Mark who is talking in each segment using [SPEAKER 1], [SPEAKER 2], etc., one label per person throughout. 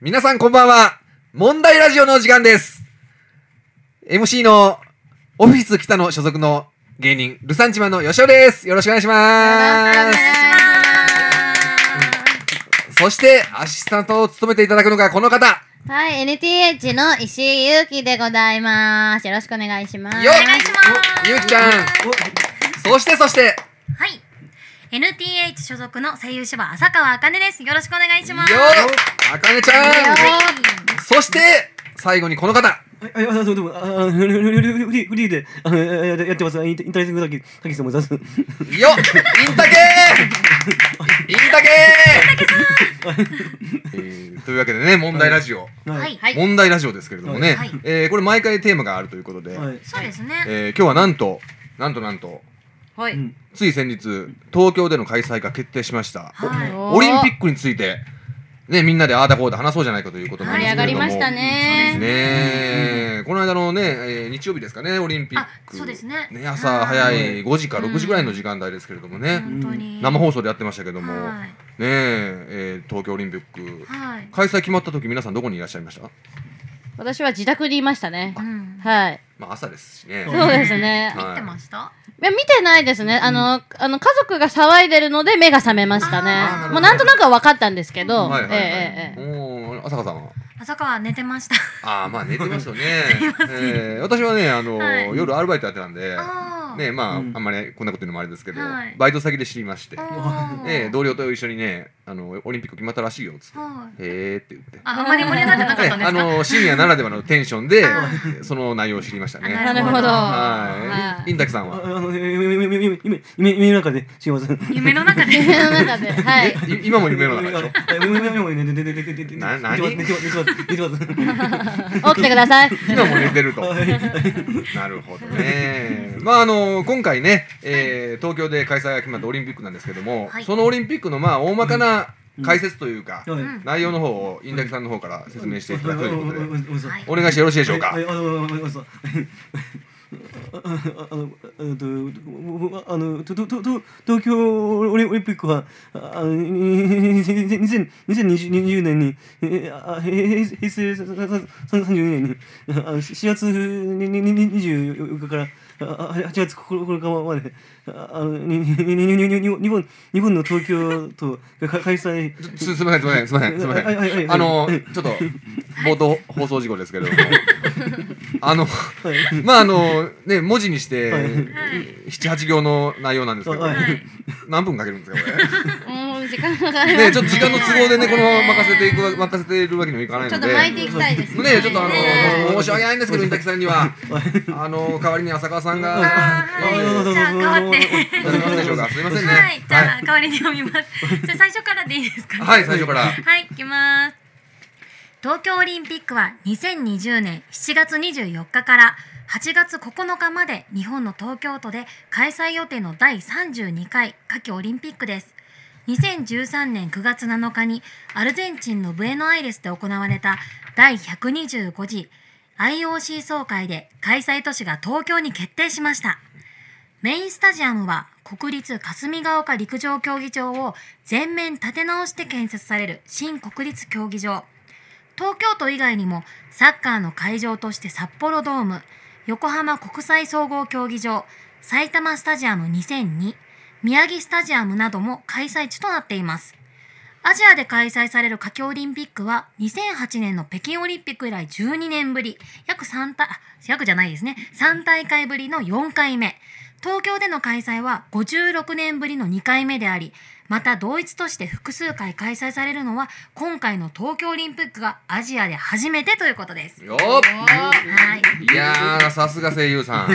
[SPEAKER 1] 皆さんこんばんは。問題ラジオの時間です。MC のオフィス北野所属の芸人、ルサンチマンの吉尾です。よろしくお願いしま
[SPEAKER 2] よろしくお願いし
[SPEAKER 1] す。そして、アシスタントを務めていただくのがこの方。よ
[SPEAKER 2] はい、NTH の石井ゆうきでございます。よろしくお願いします。
[SPEAKER 1] っゆうきちゃん。そして、そして、
[SPEAKER 3] はい。NTH 所属の声優芝浅川茜です。よろしくお願いし
[SPEAKER 1] よ
[SPEAKER 3] ます。
[SPEAKER 1] あかねちゃん。そして、最後にこの方。
[SPEAKER 4] あ、あ、あ、そう、でも、あ、あ、フリー、フリー、フリーで、あ、やってます。インタインタレスグラキ、たきと思います。
[SPEAKER 1] よっインタケーインタケー、えーというわけでね問題ラジオ、
[SPEAKER 3] は。
[SPEAKER 4] はいい
[SPEAKER 2] はい
[SPEAKER 1] 問題ラジオですけれどもね、
[SPEAKER 3] はい
[SPEAKER 1] えーこれ毎回テーマがあるということで、
[SPEAKER 4] はい。
[SPEAKER 3] そうですね。
[SPEAKER 1] えー今日はなんとなんとなんと
[SPEAKER 2] は
[SPEAKER 4] う。ん。
[SPEAKER 1] つい先日東京での開催が決定しました、
[SPEAKER 3] はい。
[SPEAKER 1] おオリンピックについて、ね、みんなでああだこうだ話そうじゃないかということなん
[SPEAKER 2] 盛
[SPEAKER 1] で
[SPEAKER 2] り
[SPEAKER 1] す
[SPEAKER 2] 上
[SPEAKER 1] け
[SPEAKER 2] が
[SPEAKER 1] れ
[SPEAKER 2] り
[SPEAKER 1] ども
[SPEAKER 2] ました
[SPEAKER 3] そう
[SPEAKER 2] ね。
[SPEAKER 1] ねえ、この間のね、えー日曜日ですかねオリンピッ
[SPEAKER 3] あ
[SPEAKER 1] ク
[SPEAKER 3] そうですね
[SPEAKER 1] 朝早い
[SPEAKER 4] はい
[SPEAKER 1] 5時か6時ぐらいの時間帯ですけれどもね、
[SPEAKER 3] 本当に。
[SPEAKER 1] 生放送でやってましたけども、
[SPEAKER 3] は
[SPEAKER 1] ねええー東京オリンピック
[SPEAKER 3] い。はい。
[SPEAKER 1] 開催決まった時皆さんどこにいらっしゃいました、
[SPEAKER 2] 私は自宅にいましたね
[SPEAKER 3] う。ん。
[SPEAKER 2] はい。
[SPEAKER 1] まあ、朝ですしね
[SPEAKER 2] そうですね。
[SPEAKER 1] はい
[SPEAKER 3] 見てました。
[SPEAKER 2] いや見てないですね。あの、あの、家族が騒いでるので目が覚めました
[SPEAKER 3] あ
[SPEAKER 2] ね。
[SPEAKER 1] ー
[SPEAKER 2] もうなんとなくは分かったんですけど。
[SPEAKER 1] はいはいはい、
[SPEAKER 2] ええええええ
[SPEAKER 1] おー浅香さんは
[SPEAKER 3] 浅川寝てました。
[SPEAKER 1] ああまあ 寝てますよね、えー、私はねあの、
[SPEAKER 3] はい
[SPEAKER 1] 夜アルバイトやってたんで
[SPEAKER 3] あー
[SPEAKER 1] ねまあ、
[SPEAKER 4] うん
[SPEAKER 1] あんまりこんなこと言うのもあれですけど、
[SPEAKER 3] はい
[SPEAKER 1] バイト先で知りまして、
[SPEAKER 3] おー
[SPEAKER 1] ね、同僚と一緒にねあのオリンピック決まったらしいよっつって
[SPEAKER 3] はい。
[SPEAKER 1] 「へえ」って言って。
[SPEAKER 3] あ、あまり盛り上がってなかったん
[SPEAKER 1] ね
[SPEAKER 3] です
[SPEAKER 1] あ
[SPEAKER 3] か。
[SPEAKER 1] の深夜ならではのテンションで
[SPEAKER 3] あ
[SPEAKER 1] その内容を知りましたね。
[SPEAKER 3] あ
[SPEAKER 2] なるほど。
[SPEAKER 1] は。
[SPEAKER 2] はい
[SPEAKER 1] イ
[SPEAKER 2] い
[SPEAKER 1] ンタキさん
[SPEAKER 4] あ、
[SPEAKER 1] は
[SPEAKER 4] あの、夢、夢、夢、夢、夢、夢、夢の中で、すいません。
[SPEAKER 3] 夢の中 で。
[SPEAKER 2] 夢の中で。はい。
[SPEAKER 1] い今も夢の中でしょ
[SPEAKER 4] ょ。夢、夢、夢、夢、寝て、寝て、寝て、寝て、寝てます、寝てます、寝てます。
[SPEAKER 2] 起きてください。
[SPEAKER 1] 今も寝てると。なるほどね。まああの今回ね、えー東京で開催が決まったオリンピックなんですけども、
[SPEAKER 3] はい
[SPEAKER 1] そのオリンピックのまあ大まかな解説というか、
[SPEAKER 4] はい。
[SPEAKER 1] 内容の方をインタキさんの方から説明していただくということで、
[SPEAKER 3] はい
[SPEAKER 1] お願いしてよろしいでしょうか
[SPEAKER 4] はい。はいあの、わかりました。ああの、えっとあの、と、と、と、と東京オリオリンピックは、ああの、2020年に、えああ平平成32年に、あの4月24日から、あ8月9日まで、ああのにににににに日本日本の東京都が開催。
[SPEAKER 1] すすみませんすみませんすみませんすみま
[SPEAKER 4] はいはい
[SPEAKER 1] せ
[SPEAKER 4] はい
[SPEAKER 1] ん。あのちょっと冒頭放送事故ですけれ ども、あのまああのね文字にして
[SPEAKER 4] はい
[SPEAKER 1] 七八行の内容なんですけど
[SPEAKER 4] は、
[SPEAKER 3] はい。
[SPEAKER 1] 何分かけるんですかこれ。
[SPEAKER 2] もう時間がかかります
[SPEAKER 1] ね、ちょっと時間の都合でね、このまま任せていくわ、任せているわけにもいかない
[SPEAKER 2] ちょ
[SPEAKER 1] の
[SPEAKER 2] っ
[SPEAKER 1] で。
[SPEAKER 2] と巻いていきたいですね。
[SPEAKER 1] ね、ちょっとあの、
[SPEAKER 3] ね
[SPEAKER 1] 申し訳ないんですけど、インタキさんには、あの、代わりに浅川さん
[SPEAKER 3] あ
[SPEAKER 1] が。
[SPEAKER 3] ーはい。じゃあ、代わって。
[SPEAKER 1] いただけますでしょうか。すみませんね。
[SPEAKER 3] はい。じゃあ、代わりに読みます。じゃあ、最初からでいいですかね。
[SPEAKER 1] はい、最初から。
[SPEAKER 3] はい、行きます。東京オリンピックは2020年7月24日から8月9日まで日本の東京都で開催予定の第32回夏季オリンピックです。2013年9月7日にアルゼンチンのブエノアイレスで行われた第125次 IOC 総会で開催都市が東京に決定しました。メインスタジアムは国立霞ヶ丘陸上競技場を全面建て直して建設される新国立競技場。東京都以外にもサッカーの会場として札幌ドーム、横浜国際総合競技場、埼玉スタジアム2002、宮城スタジアムなども開催地となっています。アジアで開催される夏季オリンピックは2008年の北京オリンピック以来12年ぶり、約3大、あ約じゃないですね、3大会ぶりの4回目。東京での開催は56年ぶりの2回目であり、また同一として複数回開催されるのは今回の東京オリンピックがアジアで初めてということです。
[SPEAKER 1] よ
[SPEAKER 3] はい。
[SPEAKER 1] っ。いやー、さすが声優さん。
[SPEAKER 3] は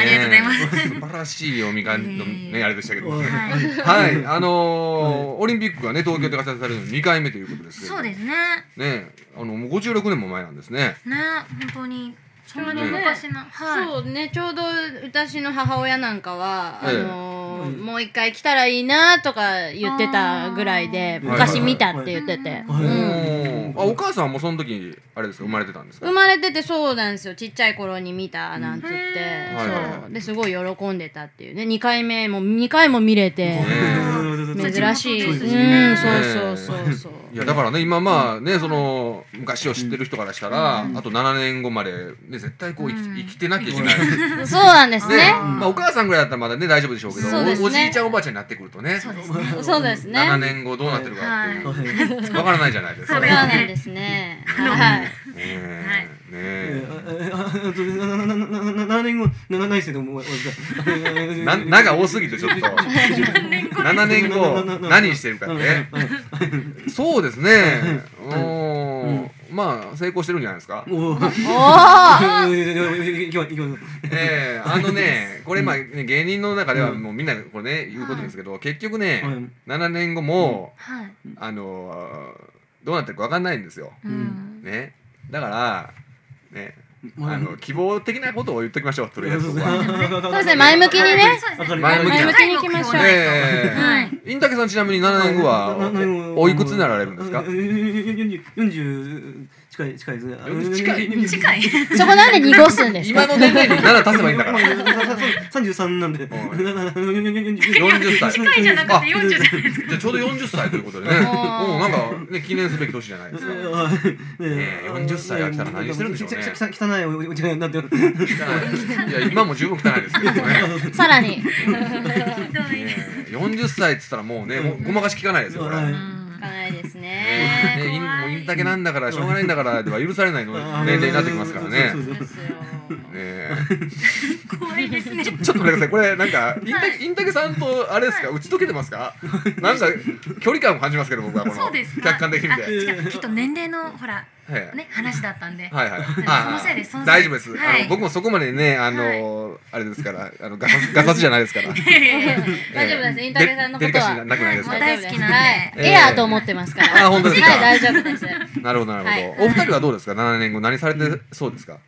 [SPEAKER 3] いありがとうございます
[SPEAKER 1] ね素晴らしい読みがのね、あれでしたけど。
[SPEAKER 4] はい
[SPEAKER 3] はい
[SPEAKER 1] はい、あのー、オリンピックがね、東京で開催されるの2回目ということですけれど
[SPEAKER 3] そ
[SPEAKER 1] も。
[SPEAKER 3] うですね。
[SPEAKER 1] ね、あの、もう56年も前なんですね。
[SPEAKER 3] ね、本当に。そんなに昔な。はい。
[SPEAKER 2] そうねちょうど私の母親なんかは、
[SPEAKER 1] ええ
[SPEAKER 2] あのーもう一回来たらいいなとか言ってたぐらいで
[SPEAKER 3] あー
[SPEAKER 2] 昔見たって言ってて、
[SPEAKER 4] はいはいはい
[SPEAKER 2] うん
[SPEAKER 1] おーあ、お母さんもその時、あれですか、生まれてたんですか
[SPEAKER 2] 生。まれててそうなんですよちっちゃい頃に見たなんつって、
[SPEAKER 3] うん
[SPEAKER 1] はいはいはい
[SPEAKER 2] そうですごい喜んでたっていうね2回目も2回も見れて
[SPEAKER 1] ね
[SPEAKER 2] 珍しい、
[SPEAKER 3] そううですね
[SPEAKER 2] んそうそうそうそう
[SPEAKER 1] いいやだからね今まあねその昔を知ってる人からしたら、あと7年後まで、ね、絶対こう生き,、
[SPEAKER 3] うん
[SPEAKER 1] 生きてなきゃいけない、
[SPEAKER 2] そうなんです
[SPEAKER 1] ね
[SPEAKER 2] ね。
[SPEAKER 1] まあ、お母さんぐらいだったらまだね大丈夫でしょうけど
[SPEAKER 2] そうですね
[SPEAKER 1] おおじいちゃんおばあちゃんになってくるとね
[SPEAKER 3] そうですね。
[SPEAKER 2] そうですね。
[SPEAKER 1] 7年後どうなってるかっていう、わ
[SPEAKER 4] はい
[SPEAKER 1] からないじゃないです
[SPEAKER 2] そ
[SPEAKER 1] か
[SPEAKER 2] う
[SPEAKER 1] ね
[SPEAKER 2] なんですね。はい。
[SPEAKER 1] えねえ
[SPEAKER 4] 7年後なないっすよもう
[SPEAKER 1] な
[SPEAKER 4] な
[SPEAKER 1] なが多すぎてちょっと7年後何してるかねそうですねおーまあ成功してるんじゃないですか
[SPEAKER 4] おお
[SPEAKER 2] おー
[SPEAKER 4] いきますいきます
[SPEAKER 1] ええあの ねこれまあね芸人の中ではもうみんなこれね言うことですけど結局ね
[SPEAKER 4] うん
[SPEAKER 1] 7年後も
[SPEAKER 3] はい。
[SPEAKER 1] あのーどうなってるか分かんないんですよ
[SPEAKER 3] うん。
[SPEAKER 1] ねだからね
[SPEAKER 4] うん
[SPEAKER 1] あの希望的なことを言っときましょうとりあえず僕は
[SPEAKER 2] そうですね、前向きにね。
[SPEAKER 3] そうですね
[SPEAKER 1] 前向きに
[SPEAKER 2] 前向きに行きましょう
[SPEAKER 3] はい
[SPEAKER 1] ええ
[SPEAKER 3] はい。
[SPEAKER 1] インタケさんちなみに7年後はおおいくつになられるんですか
[SPEAKER 4] 40近い近いですね
[SPEAKER 3] 近い。
[SPEAKER 2] そこなんで濁すんです
[SPEAKER 1] 今
[SPEAKER 2] か
[SPEAKER 1] の年齢に7足せばいいんだ から
[SPEAKER 4] 33なんで
[SPEAKER 1] 40歳
[SPEAKER 3] 近いじゃなくて40じゃないですか。
[SPEAKER 1] じゃあちょうど40歳ということでね
[SPEAKER 2] お ー
[SPEAKER 1] もうなんかね記念すべき年じゃないですか
[SPEAKER 4] 汚いおじになってる
[SPEAKER 1] いや今も十分汚いですけどね
[SPEAKER 2] さらに。
[SPEAKER 3] ひどいね。
[SPEAKER 1] ね40歳っつったらもうねもうごまかし聞かないですよこれ。
[SPEAKER 4] は
[SPEAKER 1] ね
[SPEAKER 2] い
[SPEAKER 4] い
[SPEAKER 2] かないですね。
[SPEAKER 1] ねイン
[SPEAKER 3] 怖い
[SPEAKER 1] もうインタケなんだからしょうがないんだからでは許されないの年齢になってきますからね。ね
[SPEAKER 2] ですよ。
[SPEAKER 3] 怖いですね。
[SPEAKER 1] ちょっと待ってくださいこれなんかインタケインタケさんとあれですか打ち解けてますか？なんか距離感を感じますけど僕はこの
[SPEAKER 3] そうです
[SPEAKER 1] 客
[SPEAKER 3] か。
[SPEAKER 1] 観的に見て。
[SPEAKER 3] あ違うきっと年齢のほら
[SPEAKER 1] はい
[SPEAKER 3] ね話だったんで。
[SPEAKER 1] はいはい。
[SPEAKER 3] そのせいですそのせいです
[SPEAKER 1] 大丈夫です。
[SPEAKER 3] はい
[SPEAKER 1] あの僕もそこまでね、あのーあれですから、あのガサツガサツじゃないです から。
[SPEAKER 2] 大丈夫です。インタビューさんのこ
[SPEAKER 1] デ
[SPEAKER 2] とは。
[SPEAKER 1] リデリカシーなくないですから
[SPEAKER 2] は大丈夫
[SPEAKER 3] もう大好きなんで
[SPEAKER 2] はい。エアーと思ってますから。
[SPEAKER 1] あ本当ですか
[SPEAKER 2] はい、大丈夫です。
[SPEAKER 1] なるほどなるほど。
[SPEAKER 2] はい
[SPEAKER 1] お二人はどうですか？7年後何されてそうですか？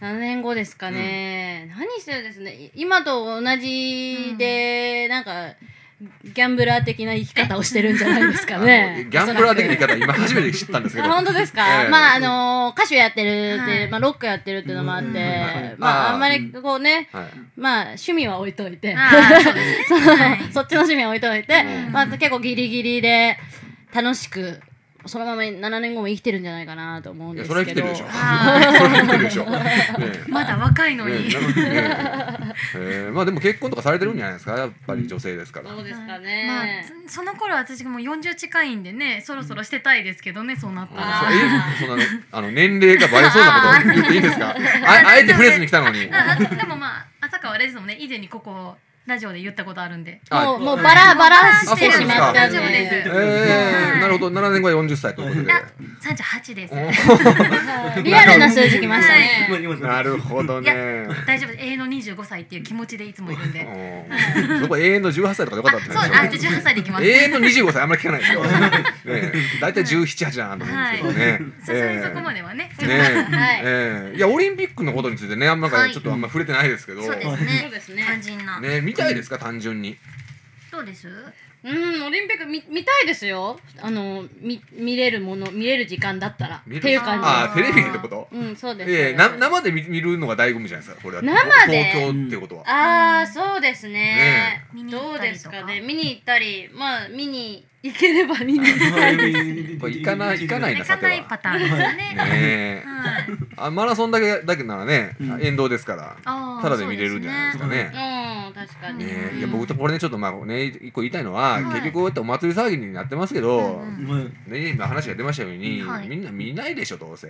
[SPEAKER 2] 何年後ですかね。何してるんですね。い今と同じで、なんか、ギャンブラー的な生き方をしてるんじゃないですか
[SPEAKER 1] あの
[SPEAKER 2] ね。
[SPEAKER 1] ギャンブラー的な言い
[SPEAKER 2] おそ
[SPEAKER 1] 方
[SPEAKER 2] ら
[SPEAKER 1] 今初めて知ったんですけ
[SPEAKER 2] く
[SPEAKER 1] ど。
[SPEAKER 2] あ本当ですか、
[SPEAKER 1] ええ
[SPEAKER 2] まああの歌手やってるって、
[SPEAKER 3] はい
[SPEAKER 2] まあロックやってるっていうのもあって、
[SPEAKER 4] うん
[SPEAKER 2] ま
[SPEAKER 1] あ
[SPEAKER 2] あ
[SPEAKER 1] ー
[SPEAKER 2] あんまりこうね、
[SPEAKER 1] はい。
[SPEAKER 2] まあ趣味は置いといて、
[SPEAKER 3] あーそうですね
[SPEAKER 2] そのそっちの趣味は置いといて、
[SPEAKER 1] うん
[SPEAKER 2] まあ、結構ギリギリで楽しくそのまま7年後も生きてるんじゃないかなと思うん
[SPEAKER 1] い
[SPEAKER 2] で
[SPEAKER 1] や
[SPEAKER 2] す
[SPEAKER 1] そ
[SPEAKER 2] け
[SPEAKER 1] れ
[SPEAKER 2] ど
[SPEAKER 1] は生きてるでしょ。 それ
[SPEAKER 3] あ
[SPEAKER 1] は生きてるでしょ。ね
[SPEAKER 3] まだ若いの
[SPEAKER 1] ね
[SPEAKER 3] に。
[SPEAKER 1] なんかねえーまあでも結婚とかされてるんじゃないですかやっぱり女性ですから
[SPEAKER 2] どうですか
[SPEAKER 3] まあ
[SPEAKER 2] ね、
[SPEAKER 3] つその頃私も40近いんでねそろそろしてたいですけどねそうなったら。
[SPEAKER 1] あーそうえそんなねあの年齢がバレそうなこと言っていいんですかああえてフレーズに来たのに
[SPEAKER 3] ああでもまあ浅川レジもね以前にここラジオで言ったことあるんで。
[SPEAKER 1] あ
[SPEAKER 2] もうもうバラバラ
[SPEAKER 1] あ
[SPEAKER 2] してしまった
[SPEAKER 1] あ
[SPEAKER 2] ん
[SPEAKER 1] そうなん
[SPEAKER 3] ですか
[SPEAKER 2] で
[SPEAKER 1] え
[SPEAKER 3] は
[SPEAKER 1] ー、
[SPEAKER 3] い
[SPEAKER 1] なるほど7年後は40歳ということで
[SPEAKER 3] あ38です。
[SPEAKER 2] リアルな数字きましたね
[SPEAKER 1] おーなるほどね
[SPEAKER 3] 大丈夫です永遠の25歳っていう気持ちでいつもいるんで。あ
[SPEAKER 1] うんそこ永遠の18歳とかでよかったって
[SPEAKER 3] そう
[SPEAKER 1] こ
[SPEAKER 3] あ
[SPEAKER 1] と
[SPEAKER 3] じ
[SPEAKER 1] でし
[SPEAKER 3] ゃ
[SPEAKER 1] ょ
[SPEAKER 3] あ18歳でいきます。
[SPEAKER 1] 永遠の25歳あんまり聞かないですよ、ねえ、大体1718だなと思うんですけどね、
[SPEAKER 3] さすがにそこま
[SPEAKER 1] で
[SPEAKER 3] ではね。
[SPEAKER 1] ねえ
[SPEAKER 2] はい
[SPEAKER 1] ええいやオリンピックのことについてねあんまなんか
[SPEAKER 3] はい
[SPEAKER 1] ちょっとあんま触れてないですけど、
[SPEAKER 3] そうで
[SPEAKER 1] ね
[SPEAKER 3] すね。
[SPEAKER 2] そうですね
[SPEAKER 3] 肝心な。
[SPEAKER 1] 見たいですか単純に
[SPEAKER 3] どうです？
[SPEAKER 2] うんオリンピック見見たいですよあの見見れるもの見れる時間だったらって
[SPEAKER 1] 見る
[SPEAKER 2] いう感じ
[SPEAKER 1] ああテレビでってこと
[SPEAKER 2] うんそうです、
[SPEAKER 1] ええな生で見見るのが醍醐味じゃないですかこれは
[SPEAKER 2] 生で
[SPEAKER 1] 東京ってことは
[SPEAKER 2] ああそうですね
[SPEAKER 3] ねえ
[SPEAKER 2] どうですかね
[SPEAKER 3] 見
[SPEAKER 2] 見に行ったりまあ見に行ければ見に行ったり
[SPEAKER 1] 行かない行かないんだ
[SPEAKER 3] 行か
[SPEAKER 1] さて
[SPEAKER 3] ないパ
[SPEAKER 1] は
[SPEAKER 3] ターンですね。
[SPEAKER 1] ねえ
[SPEAKER 3] はい。
[SPEAKER 1] あマラソンだけだけならね、
[SPEAKER 4] うん
[SPEAKER 1] 沿道ですから
[SPEAKER 3] あー
[SPEAKER 1] ただで見れるんじゃないですかね。
[SPEAKER 2] うん確かに、
[SPEAKER 1] ね
[SPEAKER 2] うん
[SPEAKER 1] いや僕とこれねちょっとまあね一個言いたいのは、
[SPEAKER 3] はい
[SPEAKER 1] 結局こうやってお祭り騒ぎになってますけど、
[SPEAKER 3] うん
[SPEAKER 1] ね今話が出ましたように、
[SPEAKER 3] はい
[SPEAKER 1] みんな見ないでしょどうせ。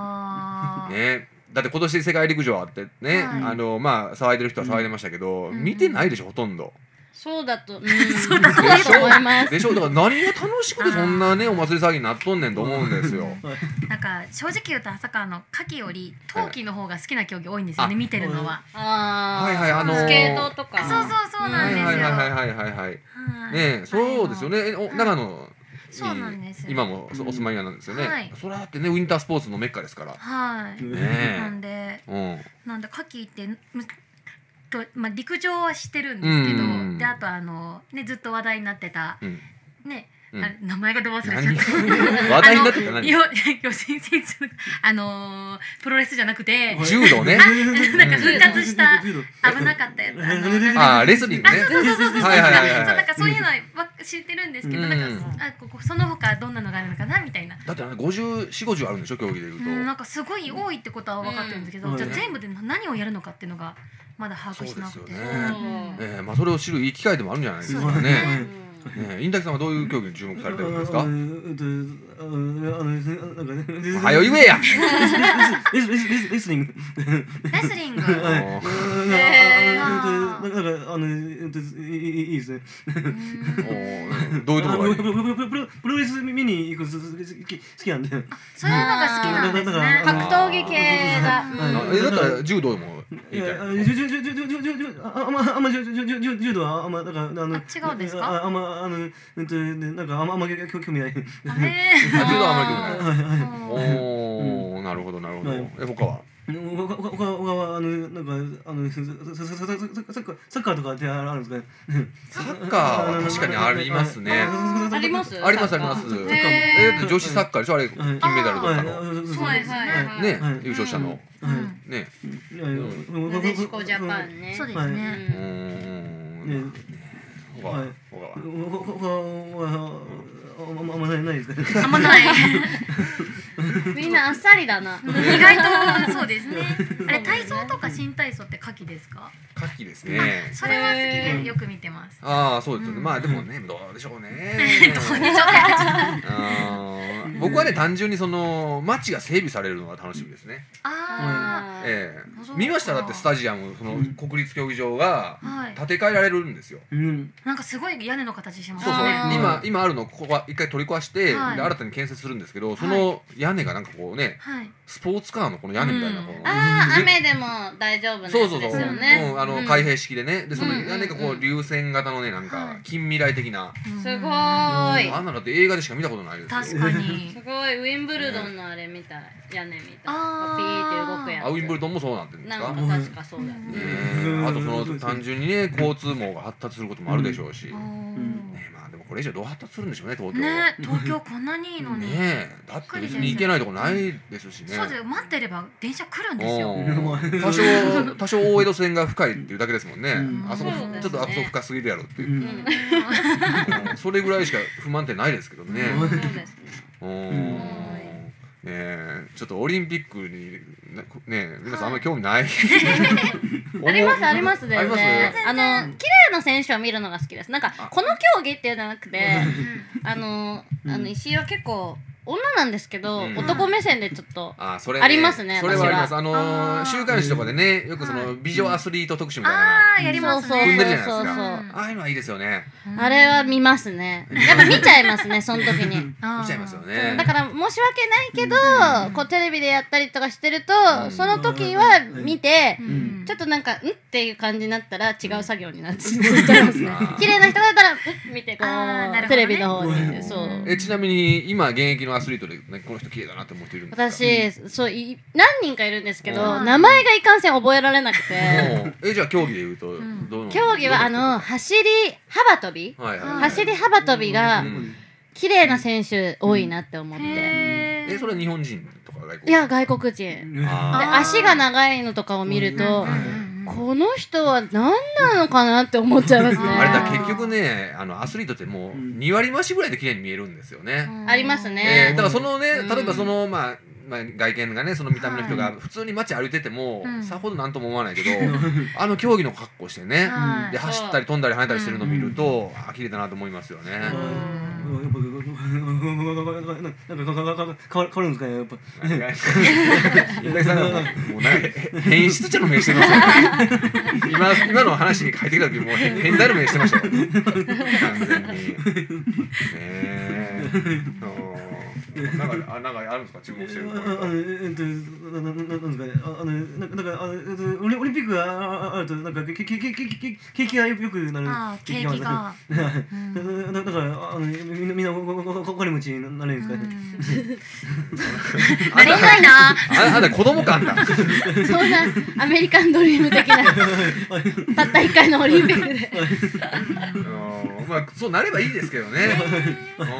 [SPEAKER 3] ああ。
[SPEAKER 1] ねだって今年世界陸上あってね、
[SPEAKER 3] はい
[SPEAKER 1] あのまあ騒いでる人は騒いでましたけど、
[SPEAKER 3] ん
[SPEAKER 1] 見てないでしょほとんど。
[SPEAKER 2] そうだ と、うん、
[SPEAKER 3] そうだと
[SPEAKER 2] 思います。
[SPEAKER 1] でしょだから何が楽しくてそんなねお祭り騒ぎになっとんねんと思うんですよ。
[SPEAKER 3] なんか正直言うと朝川の牡蠣より陶器の方が好きな競技多いんですよね
[SPEAKER 1] あ
[SPEAKER 3] 見てるのは。
[SPEAKER 2] あ
[SPEAKER 1] はいはいあのー
[SPEAKER 2] スケートとか。
[SPEAKER 3] そうそうそうな
[SPEAKER 1] はい
[SPEAKER 3] ん
[SPEAKER 1] はいはい
[SPEAKER 3] で
[SPEAKER 1] はいはいはい。
[SPEAKER 3] すよ。
[SPEAKER 1] ねえそうですよね。。えお
[SPEAKER 3] はい
[SPEAKER 1] 長野
[SPEAKER 3] そうなんで
[SPEAKER 1] に
[SPEAKER 3] すよ
[SPEAKER 1] 今もそお住まいなんですよね。
[SPEAKER 3] はい
[SPEAKER 1] それだってねウィンタースポーツのメッカですから。
[SPEAKER 3] はい。な
[SPEAKER 1] ね
[SPEAKER 3] んで
[SPEAKER 1] え。うん。
[SPEAKER 3] なんで牡蠣ってむとまあ陸上はしてるんですけ
[SPEAKER 1] うん
[SPEAKER 3] ど、であとあのねずっと話題になってた
[SPEAKER 1] うん。
[SPEAKER 3] ね
[SPEAKER 1] うん
[SPEAKER 3] あれ名前がどう忘れちゃっ
[SPEAKER 1] 何
[SPEAKER 3] た。
[SPEAKER 1] 話題になってた
[SPEAKER 3] あの
[SPEAKER 1] 何
[SPEAKER 3] よ、よしん選手の、あのー、プロレスじゃなくて、
[SPEAKER 1] い柔道ね
[SPEAKER 3] あなんか復活した
[SPEAKER 4] 柔道
[SPEAKER 3] 危なかったやつ。あの
[SPEAKER 1] あーレスリング
[SPEAKER 3] あ、
[SPEAKER 1] ね
[SPEAKER 3] そうそうそうそうそう、
[SPEAKER 1] はいはいはいはい
[SPEAKER 3] そうなんかそういうのは知ってるんですけど、
[SPEAKER 1] うん
[SPEAKER 3] なんかあここその他どんなのがあるのかなみたいな。、
[SPEAKER 1] だって5450あるんでしょ競技でいううん
[SPEAKER 3] なん
[SPEAKER 1] と
[SPEAKER 3] かすごい多いってことは分かってるんですけど、
[SPEAKER 4] うん
[SPEAKER 3] じゃあ全部で何をやるのかっていうのがまだ把握してなく
[SPEAKER 1] そう
[SPEAKER 3] て。
[SPEAKER 1] ですよ
[SPEAKER 2] う
[SPEAKER 1] ね
[SPEAKER 2] ん
[SPEAKER 1] えーまあそれを知るいい機会でもあるんじゃないです
[SPEAKER 4] そう
[SPEAKER 1] か
[SPEAKER 4] だ
[SPEAKER 1] ね
[SPEAKER 4] ね
[SPEAKER 2] うん
[SPEAKER 1] ねえインタキさんはどういう競技に注目されてるんですか
[SPEAKER 4] あうんとあのあのなんかね
[SPEAKER 1] はよ言えや
[SPEAKER 4] レスレスレスレスリング
[SPEAKER 3] レスリング。
[SPEAKER 1] お
[SPEAKER 4] はい
[SPEAKER 1] ー
[SPEAKER 2] へ
[SPEAKER 3] ー
[SPEAKER 4] ああのうんとなんかあのうんといいいいいですね
[SPEAKER 1] おーどういうとこが いい
[SPEAKER 4] あのプロプロプロプロレス見に行くの好き好きなんで
[SPEAKER 3] そういうのが好きなんです
[SPEAKER 4] あ
[SPEAKER 2] 格
[SPEAKER 3] ね。
[SPEAKER 4] ー
[SPEAKER 2] 闘技系だ。
[SPEAKER 4] うん
[SPEAKER 1] あえだったら柔道でもい
[SPEAKER 4] い
[SPEAKER 1] いじゃ
[SPEAKER 4] や
[SPEAKER 1] な
[SPEAKER 4] あ
[SPEAKER 1] い
[SPEAKER 4] の
[SPEAKER 1] です
[SPEAKER 4] じゅじゅじゅじゅじゅじゅじゅああんまあんまじゅじゅじゅじゅ柔道はあんまだからあの
[SPEAKER 3] あ違うんですか
[SPEAKER 4] ああんまあのうんとねなんかあんまあんま興興味ない
[SPEAKER 3] あ
[SPEAKER 1] か
[SPEAKER 3] れ
[SPEAKER 1] あ柔道はあんまり興味ない
[SPEAKER 3] うん
[SPEAKER 1] おおなるほどなるほど
[SPEAKER 4] はい
[SPEAKER 1] え他は
[SPEAKER 4] おかおかおかはあのなんかあのササササササッカーサッカーとかってあるんですかね。
[SPEAKER 1] サッカーは確かにありますね
[SPEAKER 2] ありま
[SPEAKER 1] あり
[SPEAKER 2] す。
[SPEAKER 1] ますあります
[SPEAKER 2] サッカー
[SPEAKER 1] え
[SPEAKER 2] へ
[SPEAKER 1] だって女子サッカーでしょあれ金メダルとかの
[SPEAKER 4] の
[SPEAKER 3] そうですね
[SPEAKER 2] はい
[SPEAKER 1] ね
[SPEAKER 4] はい
[SPEAKER 1] 優勝したの
[SPEAKER 3] うん
[SPEAKER 1] ね
[SPEAKER 2] ーなでしこジャパンね。
[SPEAKER 3] そうで
[SPEAKER 2] ね。
[SPEAKER 3] す
[SPEAKER 1] う
[SPEAKER 3] ね。
[SPEAKER 1] ーん他は
[SPEAKER 4] はい
[SPEAKER 1] 他は
[SPEAKER 4] あんまないないですか。
[SPEAKER 3] あんまない。
[SPEAKER 2] みんなあっさりだな。
[SPEAKER 3] 意外とそうですね。あれ体操とか新体操って夏季ですか？
[SPEAKER 1] カキですね
[SPEAKER 3] それは好きでよく見てます。
[SPEAKER 1] ああそうですよ
[SPEAKER 3] う
[SPEAKER 1] ね
[SPEAKER 3] ん
[SPEAKER 1] まあでもねどうでしょうね
[SPEAKER 3] どうでしょうか。
[SPEAKER 1] あー僕はね単純にその街が整備されるのが楽しみですね
[SPEAKER 3] あ
[SPEAKER 1] え
[SPEAKER 3] あ
[SPEAKER 1] え
[SPEAKER 3] そうか
[SPEAKER 1] 見ましただってスタジアムその
[SPEAKER 4] うん
[SPEAKER 1] 国立競技場が
[SPEAKER 3] あ、はい。
[SPEAKER 1] 建て替えられるんですよ
[SPEAKER 4] うん。
[SPEAKER 3] なんかすごい屋根の形してます
[SPEAKER 1] そう
[SPEAKER 3] ね。
[SPEAKER 1] そう
[SPEAKER 2] あー
[SPEAKER 1] 今今あるのここは一回取り壊して、
[SPEAKER 3] はい
[SPEAKER 1] で新たに建設するんですけどその屋根がなんかこうね
[SPEAKER 3] はい。
[SPEAKER 1] スポーツカーのこの屋根みたいな
[SPEAKER 3] うん
[SPEAKER 1] この、
[SPEAKER 2] ああ雨でも大丈夫なやつ
[SPEAKER 1] そうそうそう、
[SPEAKER 2] ですよ
[SPEAKER 1] う
[SPEAKER 2] ね。
[SPEAKER 1] ん、あの開閉式でねでその
[SPEAKER 2] うん
[SPEAKER 1] 屋根がこ
[SPEAKER 2] う
[SPEAKER 1] うん流線型のねなん
[SPEAKER 3] は
[SPEAKER 1] か
[SPEAKER 3] い
[SPEAKER 1] 近未来的な、
[SPEAKER 3] うん
[SPEAKER 2] すごーい
[SPEAKER 1] あ。んなのだって映画でしか見たことないですよ
[SPEAKER 3] 確かに
[SPEAKER 2] す。ごいウィンブルドンのあれみたい屋根みたい。ピ
[SPEAKER 3] あー
[SPEAKER 2] ーって動くやつ。
[SPEAKER 1] あウィンブルドンもそうなってるんです
[SPEAKER 2] な
[SPEAKER 1] か
[SPEAKER 2] んか確かそうだよ
[SPEAKER 1] ね
[SPEAKER 2] ね。
[SPEAKER 1] えあとその単純にね交通網が発達することもあるでしょうし、
[SPEAKER 3] お
[SPEAKER 1] ね
[SPEAKER 3] ー
[SPEAKER 1] えまあでもこれ以上どう発達するんでしょうね東京
[SPEAKER 3] ね、東京こんなにいいのに。
[SPEAKER 1] ねえだって別に行けないとこないですしね
[SPEAKER 3] そうです。待ってれば電車来るんですよ。
[SPEAKER 1] うん多少多少大江戸線が深いっていうだけですもんね、
[SPEAKER 4] うん
[SPEAKER 1] あそこ、
[SPEAKER 2] そうですね
[SPEAKER 1] ちょっとあそこ深すぎるやろって
[SPEAKER 4] う。
[SPEAKER 1] いう、
[SPEAKER 2] う ん ん
[SPEAKER 1] うんそれぐらいしか不満点ないですけどね、
[SPEAKER 2] そうですね。
[SPEAKER 1] うーんねえちょっとオリンピックになねえ皆さんあんまり興味 ない
[SPEAKER 2] ありますあります
[SPEAKER 1] あ
[SPEAKER 2] 全
[SPEAKER 1] ります
[SPEAKER 2] 然あの綺麗な選手を見るのが好きですなんか
[SPEAKER 1] あ
[SPEAKER 2] この競技っていうのじゃなくてあのあの石井は結構女なんですけど
[SPEAKER 1] うん
[SPEAKER 2] 男目線でちょっと
[SPEAKER 1] あそれ、
[SPEAKER 2] ありますね
[SPEAKER 1] それはあります
[SPEAKER 2] 私は
[SPEAKER 1] あの
[SPEAKER 3] あー
[SPEAKER 1] 週刊誌とかでねよくそ
[SPEAKER 3] は
[SPEAKER 1] の美女アスリート特集みたいな、
[SPEAKER 3] ああ、やります
[SPEAKER 2] そうそう
[SPEAKER 1] 組んでるじゃないで
[SPEAKER 3] ね。
[SPEAKER 1] すか、
[SPEAKER 3] そうそう
[SPEAKER 1] ああいうのはいいですよね
[SPEAKER 2] あれは見ますねやっぱ見ちゃいますねその時に
[SPEAKER 1] 見ちゃいますよね
[SPEAKER 2] だから申し訳ないけどこうテレビでやったりとかしてると
[SPEAKER 1] ん
[SPEAKER 2] その時は見て
[SPEAKER 3] あー。
[SPEAKER 4] ん
[SPEAKER 2] ちょっ
[SPEAKER 3] っ
[SPEAKER 2] となんかんっていう感じになったら違う作業になっちゃいますね
[SPEAKER 1] あー
[SPEAKER 2] 綺麗な人だったらん見てこ
[SPEAKER 3] あーな
[SPEAKER 2] う
[SPEAKER 3] るほどね
[SPEAKER 2] テレビの方にそう
[SPEAKER 1] えちなみに今現役のアスリートで、ね、この人綺麗だなって思っているんですか
[SPEAKER 2] 私、そうい何人かいるんですけど、
[SPEAKER 1] うん
[SPEAKER 2] 名前がいかんせん覚えられなくて
[SPEAKER 1] もうえじゃあ競技で言うと、
[SPEAKER 3] ん
[SPEAKER 1] どの
[SPEAKER 2] 競技はあの走り幅跳び、
[SPEAKER 1] はいはい、
[SPEAKER 3] うん
[SPEAKER 2] 走り幅跳びが
[SPEAKER 1] うん
[SPEAKER 2] 綺麗な選手多いなって思って、
[SPEAKER 1] え
[SPEAKER 3] え
[SPEAKER 1] それは日本人とか外国
[SPEAKER 2] いや外国人で
[SPEAKER 1] あ
[SPEAKER 3] あー
[SPEAKER 2] 足が長いのとかを見ると、
[SPEAKER 1] うん
[SPEAKER 2] この人は何なのかなって思っちゃいますね
[SPEAKER 1] ーあれ
[SPEAKER 3] あ
[SPEAKER 1] だ
[SPEAKER 3] ー
[SPEAKER 1] 結局ねあのアスリートってもう
[SPEAKER 4] うん
[SPEAKER 1] 2割増しぐらいで綺麗に見えるんですよね、
[SPEAKER 2] あります
[SPEAKER 1] えー
[SPEAKER 2] ね
[SPEAKER 1] だからそのね
[SPEAKER 2] うん
[SPEAKER 1] 例えばその、まあまあ、外見がねその見た目の人
[SPEAKER 3] は
[SPEAKER 1] が普通に街歩いてても、
[SPEAKER 3] うん
[SPEAKER 1] さほどなんとも思わないけ ど、あの競技の格好してね、
[SPEAKER 3] はい
[SPEAKER 1] で
[SPEAKER 2] そう
[SPEAKER 1] 走ったり飛んだり跳ねたりしてるのを見ると、あ綺麗だなと思いますよね、もうなんか変質者の目してますよ、ね、今今の話に変えてきた時もう変変態の目してましたよ完全にねえなんか、あ、なんかあるんですか注目してるとこ
[SPEAKER 4] ああえっと、ななななんですかね、ああの、ななんか、あのえっとオリオリンピックがああると、なんか、けけけけけけ景気がよくなる。
[SPEAKER 3] あー景気が。
[SPEAKER 4] はいだだだから、あの、みんな、みんな、おおおおお金持ちになれる んですかね。
[SPEAKER 3] なれないな。
[SPEAKER 1] あ、あんた子供感だ。
[SPEAKER 2] そんなアメリカンドリーム的な たった一回のオリンピックで
[SPEAKER 1] うんまあ、そうなればいいですけどね。 うん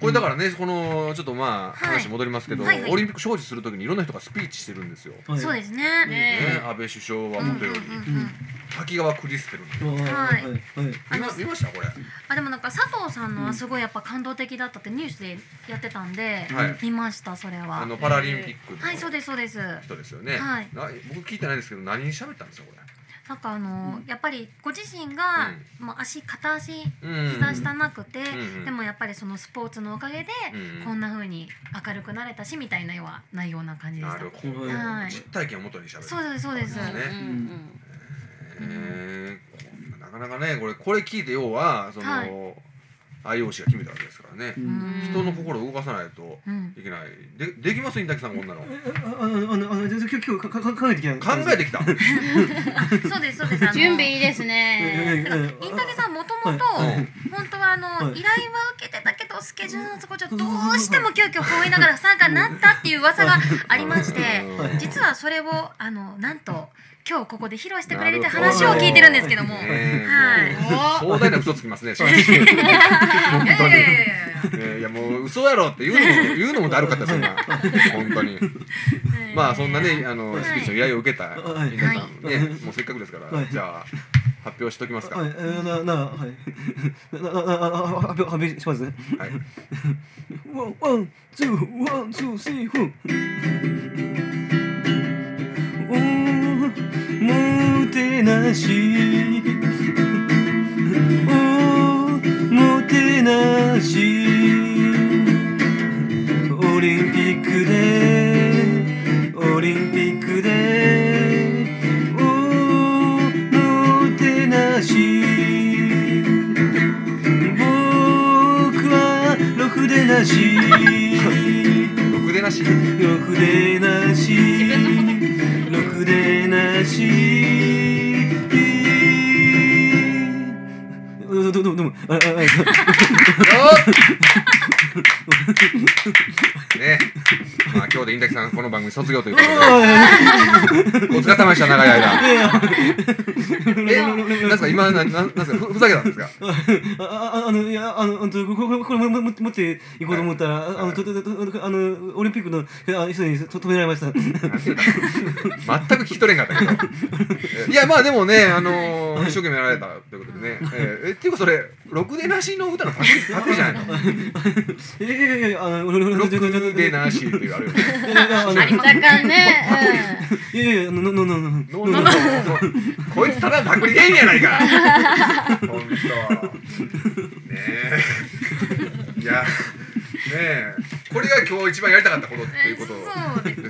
[SPEAKER 1] これだからね、このちょっとまあ、
[SPEAKER 3] はい
[SPEAKER 1] 話戻りますけど、
[SPEAKER 3] はいはい
[SPEAKER 1] オリンピック招致するときにいろんな人がスピーチしてるんですよ。ね、
[SPEAKER 4] はい
[SPEAKER 3] そうですね。
[SPEAKER 2] ね
[SPEAKER 1] 安倍首相はもとより、
[SPEAKER 3] うんうんうん
[SPEAKER 1] 滝川クリステルの。
[SPEAKER 4] はい
[SPEAKER 3] はい
[SPEAKER 4] はいはい
[SPEAKER 3] あ
[SPEAKER 1] 見
[SPEAKER 3] の
[SPEAKER 1] ま見ましたこれ。
[SPEAKER 3] あでもなんか佐藤さんのはすごいやっぱ感動的だったってニュースでやってたんで、
[SPEAKER 1] はい
[SPEAKER 3] 見ましたそれは。
[SPEAKER 1] あのパラリンピックの
[SPEAKER 3] はいそうですそうです。
[SPEAKER 1] 人ですよね。
[SPEAKER 3] はい
[SPEAKER 1] な僕聞いてないですけど、何に喋ったんですかこ
[SPEAKER 3] なんかあの、やっぱりご自身が、まあ足片足
[SPEAKER 1] れ。うん
[SPEAKER 3] 膝下なくて、
[SPEAKER 1] うん
[SPEAKER 3] でもやっぱりそのスポーツのおかげで、
[SPEAKER 1] うん
[SPEAKER 3] こんな風に明るくなれたしみたいなような内容な感じでし
[SPEAKER 1] な
[SPEAKER 3] た
[SPEAKER 1] る。ほど。
[SPEAKER 3] はい
[SPEAKER 1] 実体験をもとに喋る。
[SPEAKER 3] そうですそうです。
[SPEAKER 1] そうですね
[SPEAKER 2] うんうん
[SPEAKER 1] へーなかなかね、これこれ聞いて要はその、
[SPEAKER 3] はい
[SPEAKER 1] IOC が決めたわけですからね。
[SPEAKER 4] うん
[SPEAKER 3] うん
[SPEAKER 1] 人の心を動かさないと
[SPEAKER 3] うん
[SPEAKER 1] いけない。でできますインタキさんこんなの。考
[SPEAKER 4] ああの、あの、あの、今日、今日、か、か、考えてきた。
[SPEAKER 1] え てきた。う
[SPEAKER 3] あそうですそうです。あの
[SPEAKER 2] 準備いいです
[SPEAKER 4] え
[SPEAKER 2] ね
[SPEAKER 3] イ
[SPEAKER 4] え。ええ
[SPEAKER 3] ンタビューさんもともと
[SPEAKER 1] はい
[SPEAKER 3] 本当はあの、
[SPEAKER 4] はい
[SPEAKER 3] 依頼は受けてたけどスケジュールの都合上どうしても急遽こう言いながら不参加になったっていう噂がありまして
[SPEAKER 1] はい
[SPEAKER 3] 実はそれをあのなんと今日ここで披露してくれるって
[SPEAKER 1] なるほ
[SPEAKER 3] 話
[SPEAKER 1] ど
[SPEAKER 3] を聞いてるんですけども。
[SPEAKER 1] ねえ
[SPEAKER 3] はい
[SPEAKER 1] もう壮大な嘘つきますね。正直
[SPEAKER 3] いやいやいやいやいや
[SPEAKER 1] えーいやもう嘘やろって言うのも言うのもだるかったですよ今本当に。まあそんなねあの
[SPEAKER 3] はい
[SPEAKER 1] スピーチの依頼を受けた
[SPEAKER 4] はい
[SPEAKER 1] 皆さんね
[SPEAKER 4] はい
[SPEAKER 1] もうせっかくですか
[SPEAKER 4] は
[SPEAKER 1] ら
[SPEAKER 4] い
[SPEAKER 1] じゃあ発表しときますか。
[SPEAKER 4] は、
[SPEAKER 1] はい
[SPEAKER 4] えー、な、な、はい。な、な、な、あ、あ、発表、発表しますね。
[SPEAKER 1] い。
[SPEAKER 4] ワン、ワン、ツー、ワン、ツー、スリー、フォー。おーもてなし。おーもてなし。オリンピックで。オリンピックで。おーもてなし。僕はろくでなし
[SPEAKER 1] ろくでなし。
[SPEAKER 4] ろくでなしろくでなしどどどどうもあああ
[SPEAKER 1] ね。まあ今日でインタキさんこの番組卒業ということ
[SPEAKER 4] ああ
[SPEAKER 1] でお疲れ様でした長い間。え
[SPEAKER 4] あ
[SPEAKER 1] なんですか今なななんですかふふざけたんですか。
[SPEAKER 4] ああのいやあのうんとここここれもも持っていこうと思ったら、あのとととあのオリンピックのあ人にと止められました。
[SPEAKER 1] 全く聞き取れんかったけどえいやまあでもねあのー一生懸命やられたということでね、えーえっていうかそれ「ろくでなし」の歌のパクリパクリじゃないの
[SPEAKER 4] いやいやいやあの
[SPEAKER 1] 「ろくで
[SPEAKER 4] い。
[SPEAKER 1] なし」っていうあれよね
[SPEAKER 2] 若干ね、
[SPEAKER 4] いやいや、のののののの
[SPEAKER 1] ノーノーノーノーこいつただのパクリ芸人やないかほんとねえいやねえこれが今日一番やりたかったことっていうこと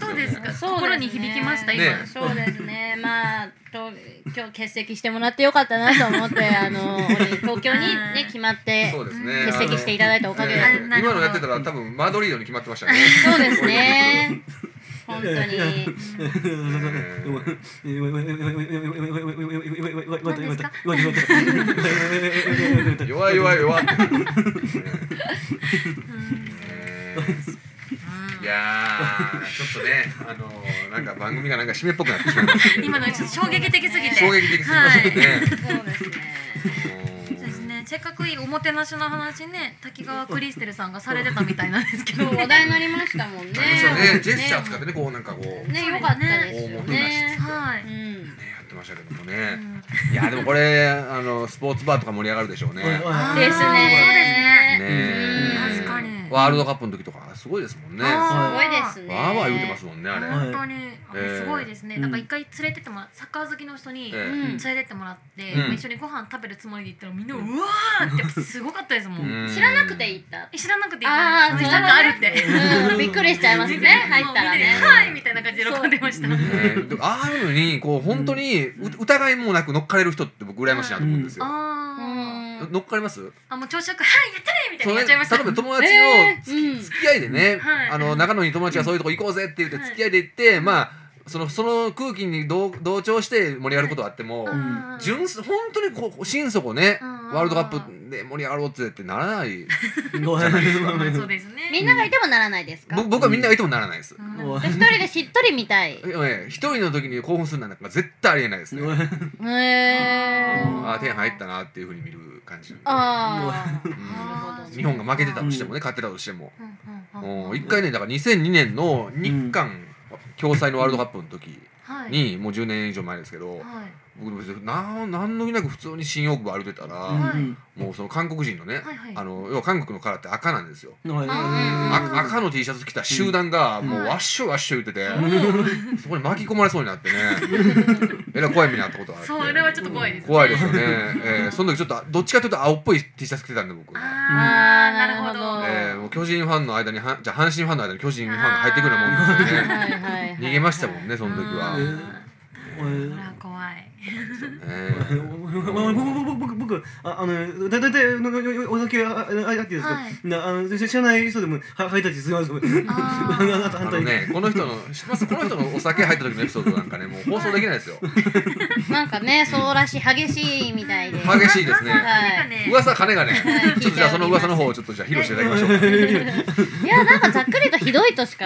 [SPEAKER 3] そうどうです
[SPEAKER 2] う
[SPEAKER 3] か
[SPEAKER 2] ん
[SPEAKER 3] 心に響きました今、
[SPEAKER 1] ね
[SPEAKER 2] そうですね。まあと今日欠席してもらってよかったなと 思って、あの東京にね決まって
[SPEAKER 1] そうですね
[SPEAKER 2] 欠席していただいたおかげで
[SPEAKER 1] あのええ
[SPEAKER 3] なるほど
[SPEAKER 1] 今のやってたら多分マドリードに決まってましたね
[SPEAKER 2] そうですね。 本当に。
[SPEAKER 1] 弱い弱い弱い。ねいやーちょっとねあのー、なんか番組がなんか締めっぽくなってしまいましたけど
[SPEAKER 3] 今のはちょっと衝撃的すぎて
[SPEAKER 1] 衝撃的すぎましたね。
[SPEAKER 2] そうです
[SPEAKER 1] う
[SPEAKER 2] ね。
[SPEAKER 1] ん
[SPEAKER 3] そうですねせっかくいいおもてなしの話ね滝川クリステルさんがされてたみたいなんで すけど
[SPEAKER 2] 今日話題になりましたもんね。
[SPEAKER 1] ありましたねジェスチャー使ってねこうなんかこう、ね、
[SPEAKER 2] ね、良かったですよね。
[SPEAKER 3] は
[SPEAKER 2] う
[SPEAKER 3] い、
[SPEAKER 2] ん。
[SPEAKER 1] やってましたけどもね、いやーでもこれあのスポーツバーとか盛り上がるでしょうね。
[SPEAKER 3] あー
[SPEAKER 2] ですね。
[SPEAKER 1] ね
[SPEAKER 3] うん確かに
[SPEAKER 1] ワールドカップの時とかすごいですもんね。わ
[SPEAKER 2] すごいですね。
[SPEAKER 1] ーわー言うてますもんねあれ。
[SPEAKER 3] 本当に、あ
[SPEAKER 1] えー
[SPEAKER 3] すごいですね、
[SPEAKER 4] うん
[SPEAKER 3] なんか一回連れてってもらサッカー好きの人に
[SPEAKER 1] ええ
[SPEAKER 3] 連れてってもらって、
[SPEAKER 1] うん
[SPEAKER 3] 一緒にご飯食べるつもりで行ったらみんなうわーってすごかったですも
[SPEAKER 1] う
[SPEAKER 3] ん、
[SPEAKER 1] ん
[SPEAKER 2] 知らなくて行った。
[SPEAKER 3] 知らなくていい
[SPEAKER 2] あ
[SPEAKER 3] の
[SPEAKER 2] あ、
[SPEAKER 3] に
[SPEAKER 2] そ
[SPEAKER 3] サ
[SPEAKER 2] う
[SPEAKER 3] ッ
[SPEAKER 2] なん
[SPEAKER 3] カー
[SPEAKER 2] だ
[SPEAKER 3] あるって、
[SPEAKER 2] うん、びっくりしちゃい ますね。入ったらね。
[SPEAKER 3] はいみたいな感じで喜んでました。
[SPEAKER 1] ねでもああいうのにこう本当にう疑いもなく乗っかれる人って僕羨ましいなと思うんですよ。
[SPEAKER 3] あ
[SPEAKER 2] う
[SPEAKER 3] あ、
[SPEAKER 2] うん
[SPEAKER 1] 乗っかります
[SPEAKER 3] あもう朝食はいやったねみたい
[SPEAKER 1] そ
[SPEAKER 3] なや
[SPEAKER 1] れ
[SPEAKER 3] っちゃいました
[SPEAKER 1] 例えば友達
[SPEAKER 2] え
[SPEAKER 1] を
[SPEAKER 2] ーうん
[SPEAKER 1] 付き合いでね、
[SPEAKER 3] はい
[SPEAKER 1] あの長野に友達がそういうとこ行こうぜって言って
[SPEAKER 3] はい
[SPEAKER 1] 付き合いで行って、まあそのその空気に同同調して盛り上がることはあっても、
[SPEAKER 4] ん
[SPEAKER 1] 純粋本当にこう心底ね、
[SPEAKER 3] うん
[SPEAKER 1] ワールドカップで盛り上がろうぜってならない
[SPEAKER 4] ごめんごめん
[SPEAKER 3] そうですね
[SPEAKER 2] みんながいてもならないですか
[SPEAKER 1] 僕僕はみんながいてもならないです。
[SPEAKER 4] ご
[SPEAKER 2] で一人でしっとり見たい
[SPEAKER 1] でもね一人の時に興奮するなんか絶対ありえないですね。
[SPEAKER 4] めん
[SPEAKER 2] へえ
[SPEAKER 1] ああー手入ったなっていうふうに見る感じ。
[SPEAKER 2] あ
[SPEAKER 1] う
[SPEAKER 2] ー
[SPEAKER 1] ん
[SPEAKER 2] なるほど
[SPEAKER 1] 日本が負けてたとしてもね、勝ってたとしても、
[SPEAKER 3] うん
[SPEAKER 1] うん一回ねだから2002年の日韓共催のワールドカップの時
[SPEAKER 3] はい
[SPEAKER 1] に、もう10年以上前ですけど、
[SPEAKER 3] はい
[SPEAKER 1] 僕別になん何の気なく普通に新大久保歩いてたら、もうその韓国人のね、
[SPEAKER 3] はいはい
[SPEAKER 1] あの要は韓国のカラーって赤なんですよ。
[SPEAKER 2] あ
[SPEAKER 1] あ赤の T シャツ着た集団がもうわっしょいわっしょい言ってて、 そこに巻き込まれそうになって ねえらい怖い目にあったことがあって
[SPEAKER 3] それはちょっと怖いですね
[SPEAKER 1] 怖いですよね、えーその時ちょっとどっちかというと青っぽい T シャツ着てたんで僕は、
[SPEAKER 3] あーなるほ
[SPEAKER 2] う
[SPEAKER 3] ど
[SPEAKER 2] ん
[SPEAKER 1] えーもう巨人ファンの間にはじゃあ阪神ファンの間に巨人ファンが入ってくるようなもんですよね逃げましたもんねその時は、
[SPEAKER 4] う
[SPEAKER 1] え
[SPEAKER 4] ん
[SPEAKER 3] ほら怖い
[SPEAKER 1] ー
[SPEAKER 4] 僕僕僕ああのだだだお酒ああってですなあの知らない人でもはハイタッチすみません。あ
[SPEAKER 1] あ
[SPEAKER 4] 反
[SPEAKER 1] の
[SPEAKER 4] 対
[SPEAKER 1] ね、この人の知ってますこの人のお酒入った時のエピソードなんかねもう放送できないです よ
[SPEAKER 2] なんかねそうらしい激しいみたいで
[SPEAKER 1] 激しいですね
[SPEAKER 3] はい
[SPEAKER 1] 噂金がね
[SPEAKER 2] はい
[SPEAKER 1] ちょっとじゃあその噂の方をちょっとじゃあ披露していただきましょうか
[SPEAKER 2] いやなんかざっくりとひどいとしか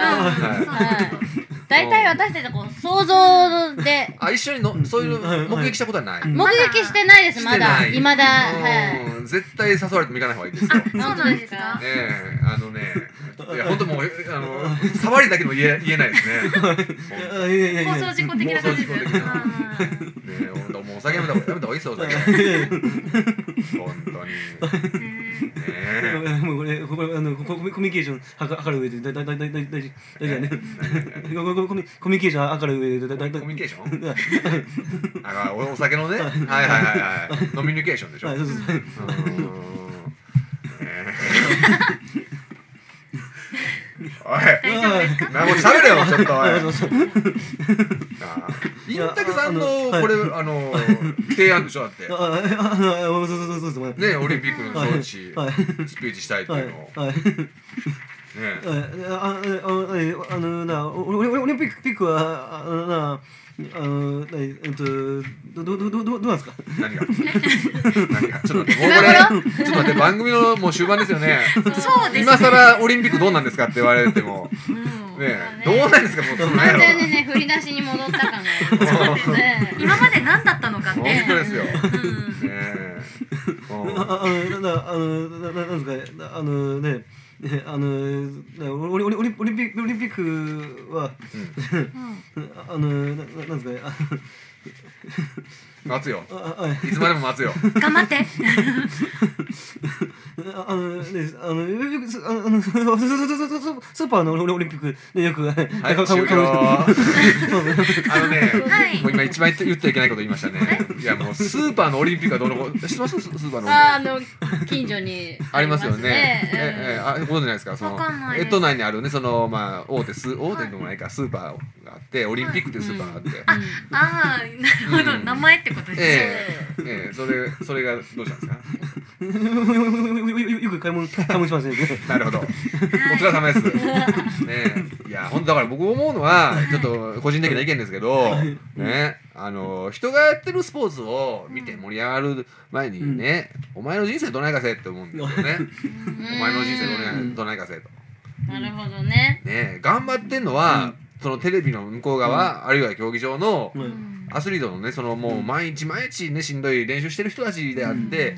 [SPEAKER 2] 大体私たちはこう想像で
[SPEAKER 1] あ一緒にのそういうの目撃したことはない、
[SPEAKER 2] 目撃してないですまだ
[SPEAKER 1] してない
[SPEAKER 2] いまだはい
[SPEAKER 1] うん絶対誘われても行かない方がいい ですよね
[SPEAKER 3] そうなんですか
[SPEAKER 1] えあのねいや本当もうあの触りだけでも言え言えないですね
[SPEAKER 4] あいやいやい
[SPEAKER 3] 放
[SPEAKER 4] や。
[SPEAKER 3] 送事故的な感じですよ
[SPEAKER 1] ねえ本当もうお酒やめた方がやめた方がい いですよお酒本当に
[SPEAKER 3] うん
[SPEAKER 1] ね え
[SPEAKER 4] もうこれこれあのコミュニケーションはかる上でだだだだ大事大事だね。コミコミュニケーションはかる上でだだだ
[SPEAKER 1] コミュニケーションあおお酒のねはいはいはいはい飲みニケーションでしょ
[SPEAKER 4] あそうそうそう
[SPEAKER 1] うーんねえ
[SPEAKER 3] 大丈夫ですか
[SPEAKER 1] おい、なもう喋 れよ、ちょっとおい。
[SPEAKER 4] そうそう
[SPEAKER 1] あーインタクさんのこれあの提案でしょだ って
[SPEAKER 4] あああそうそうそうそうそう。
[SPEAKER 1] ねオリンピックの招致
[SPEAKER 4] はい
[SPEAKER 1] スピーチしたいって
[SPEAKER 4] はいいう
[SPEAKER 1] のをね
[SPEAKER 4] はい。あああのな俺俺オリンピックピックはあのなあのえっとどどどどどうなんですか
[SPEAKER 1] 何 が何がちょっと待ってもうこれちょっと待って番組のもう終盤ですよね
[SPEAKER 3] そうです
[SPEAKER 1] 今更オリンピックどうなんですかって言われてもねどうなんですかもうその
[SPEAKER 2] 完全
[SPEAKER 1] ね
[SPEAKER 2] にね振り出しに戻った感が
[SPEAKER 1] そう
[SPEAKER 2] ね
[SPEAKER 3] 今まで何だったのかって
[SPEAKER 1] 本当ですよね
[SPEAKER 3] うん
[SPEAKER 1] えうん
[SPEAKER 4] ああのなあのなななんですかねあのねねあのなオリオリオリオリンピックオリンピックはあのなななんですかね
[SPEAKER 1] 待つよ
[SPEAKER 4] あああ
[SPEAKER 1] いつまでも待つよ
[SPEAKER 3] 頑張って
[SPEAKER 4] ああのねあのよくスあのあのススーパーのオリンピックでよくはい
[SPEAKER 1] はい終了あのね
[SPEAKER 3] はい
[SPEAKER 1] もう今一番言って言っちゃいけないこと言いましたねいやもうスーパーのオリンピックはどうのこう知ってますスーパーのオリンピック
[SPEAKER 2] ああの近所に
[SPEAKER 1] ありますよね。ええ
[SPEAKER 2] え
[SPEAKER 1] あご存じないですか。その
[SPEAKER 3] わかんないで
[SPEAKER 1] え
[SPEAKER 3] す
[SPEAKER 1] 都内にあるねそのまあ大手ス大手でもないかスーパーがあってオリンピックというスーパーがあって。
[SPEAKER 2] うん
[SPEAKER 3] ああなるほど名前ってことですね
[SPEAKER 1] ええええそれそれがどうしたんですか。
[SPEAKER 4] よく買い物買い物しますね。
[SPEAKER 1] なるほど。お疲れ様です。ねえいや本当だから僕思うのはちょっと個人的な意見ですけどねあの人がやってるスポーツを見て盛り上がる前にね、お前の人生どないかせって思うんですよね。お前の人生どないどないかせと。
[SPEAKER 2] なるほど
[SPEAKER 1] ね
[SPEAKER 2] ね
[SPEAKER 1] え頑張ってんのは、そのテレビの向こう側、あるいは競技場の
[SPEAKER 4] うん
[SPEAKER 1] アスリートのねそのもう毎日毎日ねしんどい練習してる人たちであって、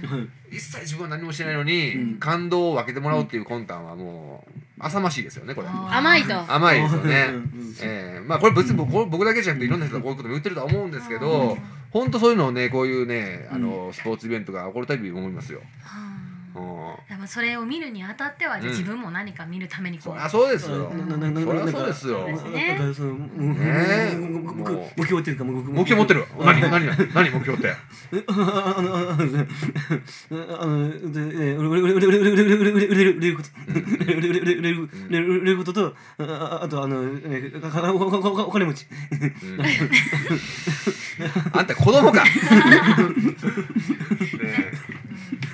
[SPEAKER 1] 一切自分は何もしてないのに、
[SPEAKER 4] うん
[SPEAKER 1] 感動を分けてもらおうっていう魂胆はもう浅ましいですよねこれ
[SPEAKER 3] あ
[SPEAKER 2] 甘いと
[SPEAKER 1] 甘いですよね
[SPEAKER 4] うんうん。
[SPEAKER 1] ええまあこれ別に僕,、僕だけじゃなくていろんな人がこういうことも言ってるとは思うんですけど本当そういうのをねこういうねあのスポーツイベントが起こるたびに思いますよ。
[SPEAKER 3] あ
[SPEAKER 1] うん
[SPEAKER 3] ーでもそれを見るにあたってはじゃあ自分も何か見るためにこ
[SPEAKER 1] そうりゃそうですよ。
[SPEAKER 4] なななな
[SPEAKER 1] そりゃそうですよ。
[SPEAKER 4] なんかその目
[SPEAKER 1] ねえ
[SPEAKER 4] 標っていうか目
[SPEAKER 1] 目標持ってる。何何何何目標って。
[SPEAKER 4] あのあのあのあので売れる売れる売れる売れる売れる売れること売れる売れる売れる売れる売れることとああとあのお金持ち
[SPEAKER 1] あんた子供か。ね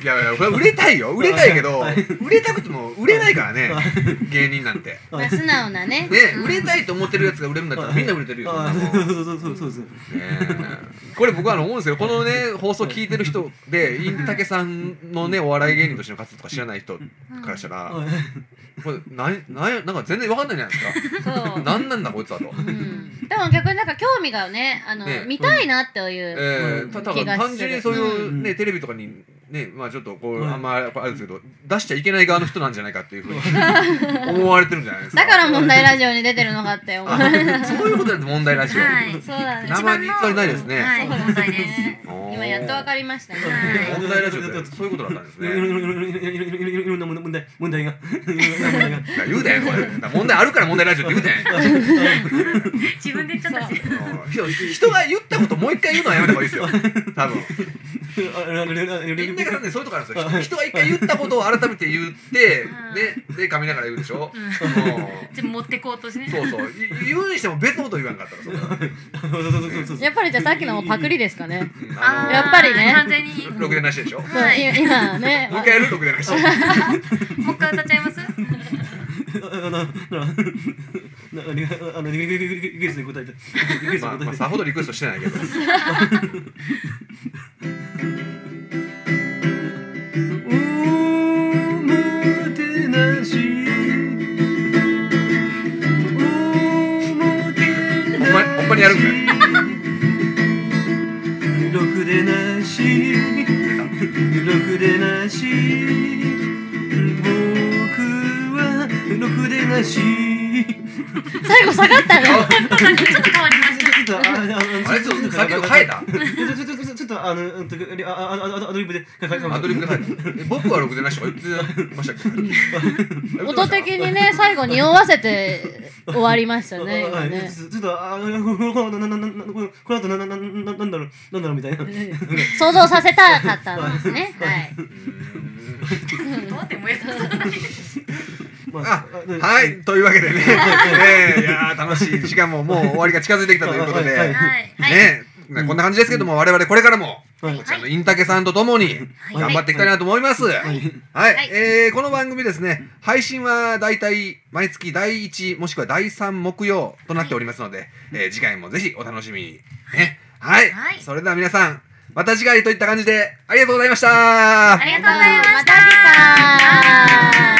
[SPEAKER 1] いやいやこれは売れたいよ売れたいけど売れたくても売れないからね
[SPEAKER 4] は
[SPEAKER 1] 芸人なんて
[SPEAKER 2] まあ、素直な
[SPEAKER 1] ね
[SPEAKER 2] ね
[SPEAKER 1] 売れたいと思ってるやつが売れるんだったらみんな売れてるよそん
[SPEAKER 4] あ
[SPEAKER 1] なもん
[SPEAKER 4] そうそうそうそうですね
[SPEAKER 1] ねえこれ僕はあの思うんですけどこのね放送聞いてる人でインタケさんのねお笑い芸人としての活動とか知らない人からしたら
[SPEAKER 4] はい
[SPEAKER 1] これ何何なんか全然わかんないじゃないです
[SPEAKER 2] そう
[SPEAKER 1] か何なんだこいつはと。
[SPEAKER 2] うんでも逆になんか興味がねあの
[SPEAKER 1] ね
[SPEAKER 2] 見たいなってい
[SPEAKER 1] え
[SPEAKER 2] う、
[SPEAKER 1] ー、たた
[SPEAKER 2] 気が
[SPEAKER 1] だ
[SPEAKER 2] する
[SPEAKER 1] 単純にそういう、ね
[SPEAKER 4] うん
[SPEAKER 1] テレビとかに、ねまあ、ちょっとこう、
[SPEAKER 4] うん
[SPEAKER 1] あんまあれあれですけど出しちゃいけない側の人なんじゃないかっていうふうに 思われてるんじゃないですか
[SPEAKER 2] だから問題ラジオに出てるのかって思う
[SPEAKER 1] あそういうことだって問題らしい、
[SPEAKER 3] はい
[SPEAKER 2] そうだ ね
[SPEAKER 1] 名前に偽りないですね
[SPEAKER 3] はい、問題です。
[SPEAKER 1] おー
[SPEAKER 2] 今やっとわかりましたね
[SPEAKER 3] はい
[SPEAKER 1] 問題ラジオってそういうことだったんです
[SPEAKER 4] いろいろ
[SPEAKER 1] ね
[SPEAKER 4] いろいろいろいろいろいろいろんな問題問題がいろんな問題が
[SPEAKER 1] いや言うだよこれだから問題あるから問題ラジオって言うだ よ
[SPEAKER 3] 自分で言っちゃったし。
[SPEAKER 1] 人が言ったこともう一回言うのはやめた方がいい ですよ多分みんなが
[SPEAKER 4] は
[SPEAKER 1] ねそういうとこあるんですよ人が一回言ったことを改めて言ってでで噛みながら言うでしょ、
[SPEAKER 3] ん
[SPEAKER 1] うん
[SPEAKER 3] 自分持ってこうとしてね。
[SPEAKER 1] そうそうい言うにしても別のこと言わんかったらそれは
[SPEAKER 2] やっぱりじゃあさっきのもパクリですかね
[SPEAKER 1] あ
[SPEAKER 3] ー
[SPEAKER 1] の
[SPEAKER 2] やっぱりね
[SPEAKER 3] 完全に。
[SPEAKER 1] ろくでなしでしょもう
[SPEAKER 2] そうい 今ね
[SPEAKER 1] 一回やるろくでなし
[SPEAKER 3] もう一回歌っち ゃいます。
[SPEAKER 1] まあまあさほどリクエストしてないけど
[SPEAKER 4] おもてなしおもて
[SPEAKER 1] ほんまほんまにやるんか
[SPEAKER 4] ろくでなしろくでなし僕はろくでなし
[SPEAKER 2] 最後下がったね
[SPEAKER 3] ちょっと変わりました。
[SPEAKER 4] ちょっとあの
[SPEAKER 1] あれちょっと先ほど変えた
[SPEAKER 4] ちょっとちょっとあのうんとあああアドリブで
[SPEAKER 1] アドリブで変えたえ僕はろくでなしとか言ってましたっけ
[SPEAKER 2] 音的にね最後に匂わせて終わりました ね今ね
[SPEAKER 4] ちょっとあこのななななこのこの後なななななんだろうなんだろうみたいな。
[SPEAKER 2] 想像させたかったんですねはい
[SPEAKER 3] どうやって燃えさせた。
[SPEAKER 1] あはいというわけでねねえいやー楽しい時間ももう終わりが近づいてきたということで
[SPEAKER 4] はい
[SPEAKER 1] ね
[SPEAKER 3] はい。
[SPEAKER 1] えねこんな感じですけども我々これからも
[SPEAKER 4] はい
[SPEAKER 1] こちらのインタケさんとともに
[SPEAKER 3] はい
[SPEAKER 1] 頑張っていきたいなと思います。はい、
[SPEAKER 3] はい
[SPEAKER 1] えーこの番組ですね、配信はだいたい毎月第1もしくは第3木曜となっておりますので、えー次回もぜひお楽しみに、ね。はい、
[SPEAKER 3] はい
[SPEAKER 1] それでは皆さん、また次回といった感じでありがとうございました。
[SPEAKER 3] ありがとうございました。
[SPEAKER 2] また次回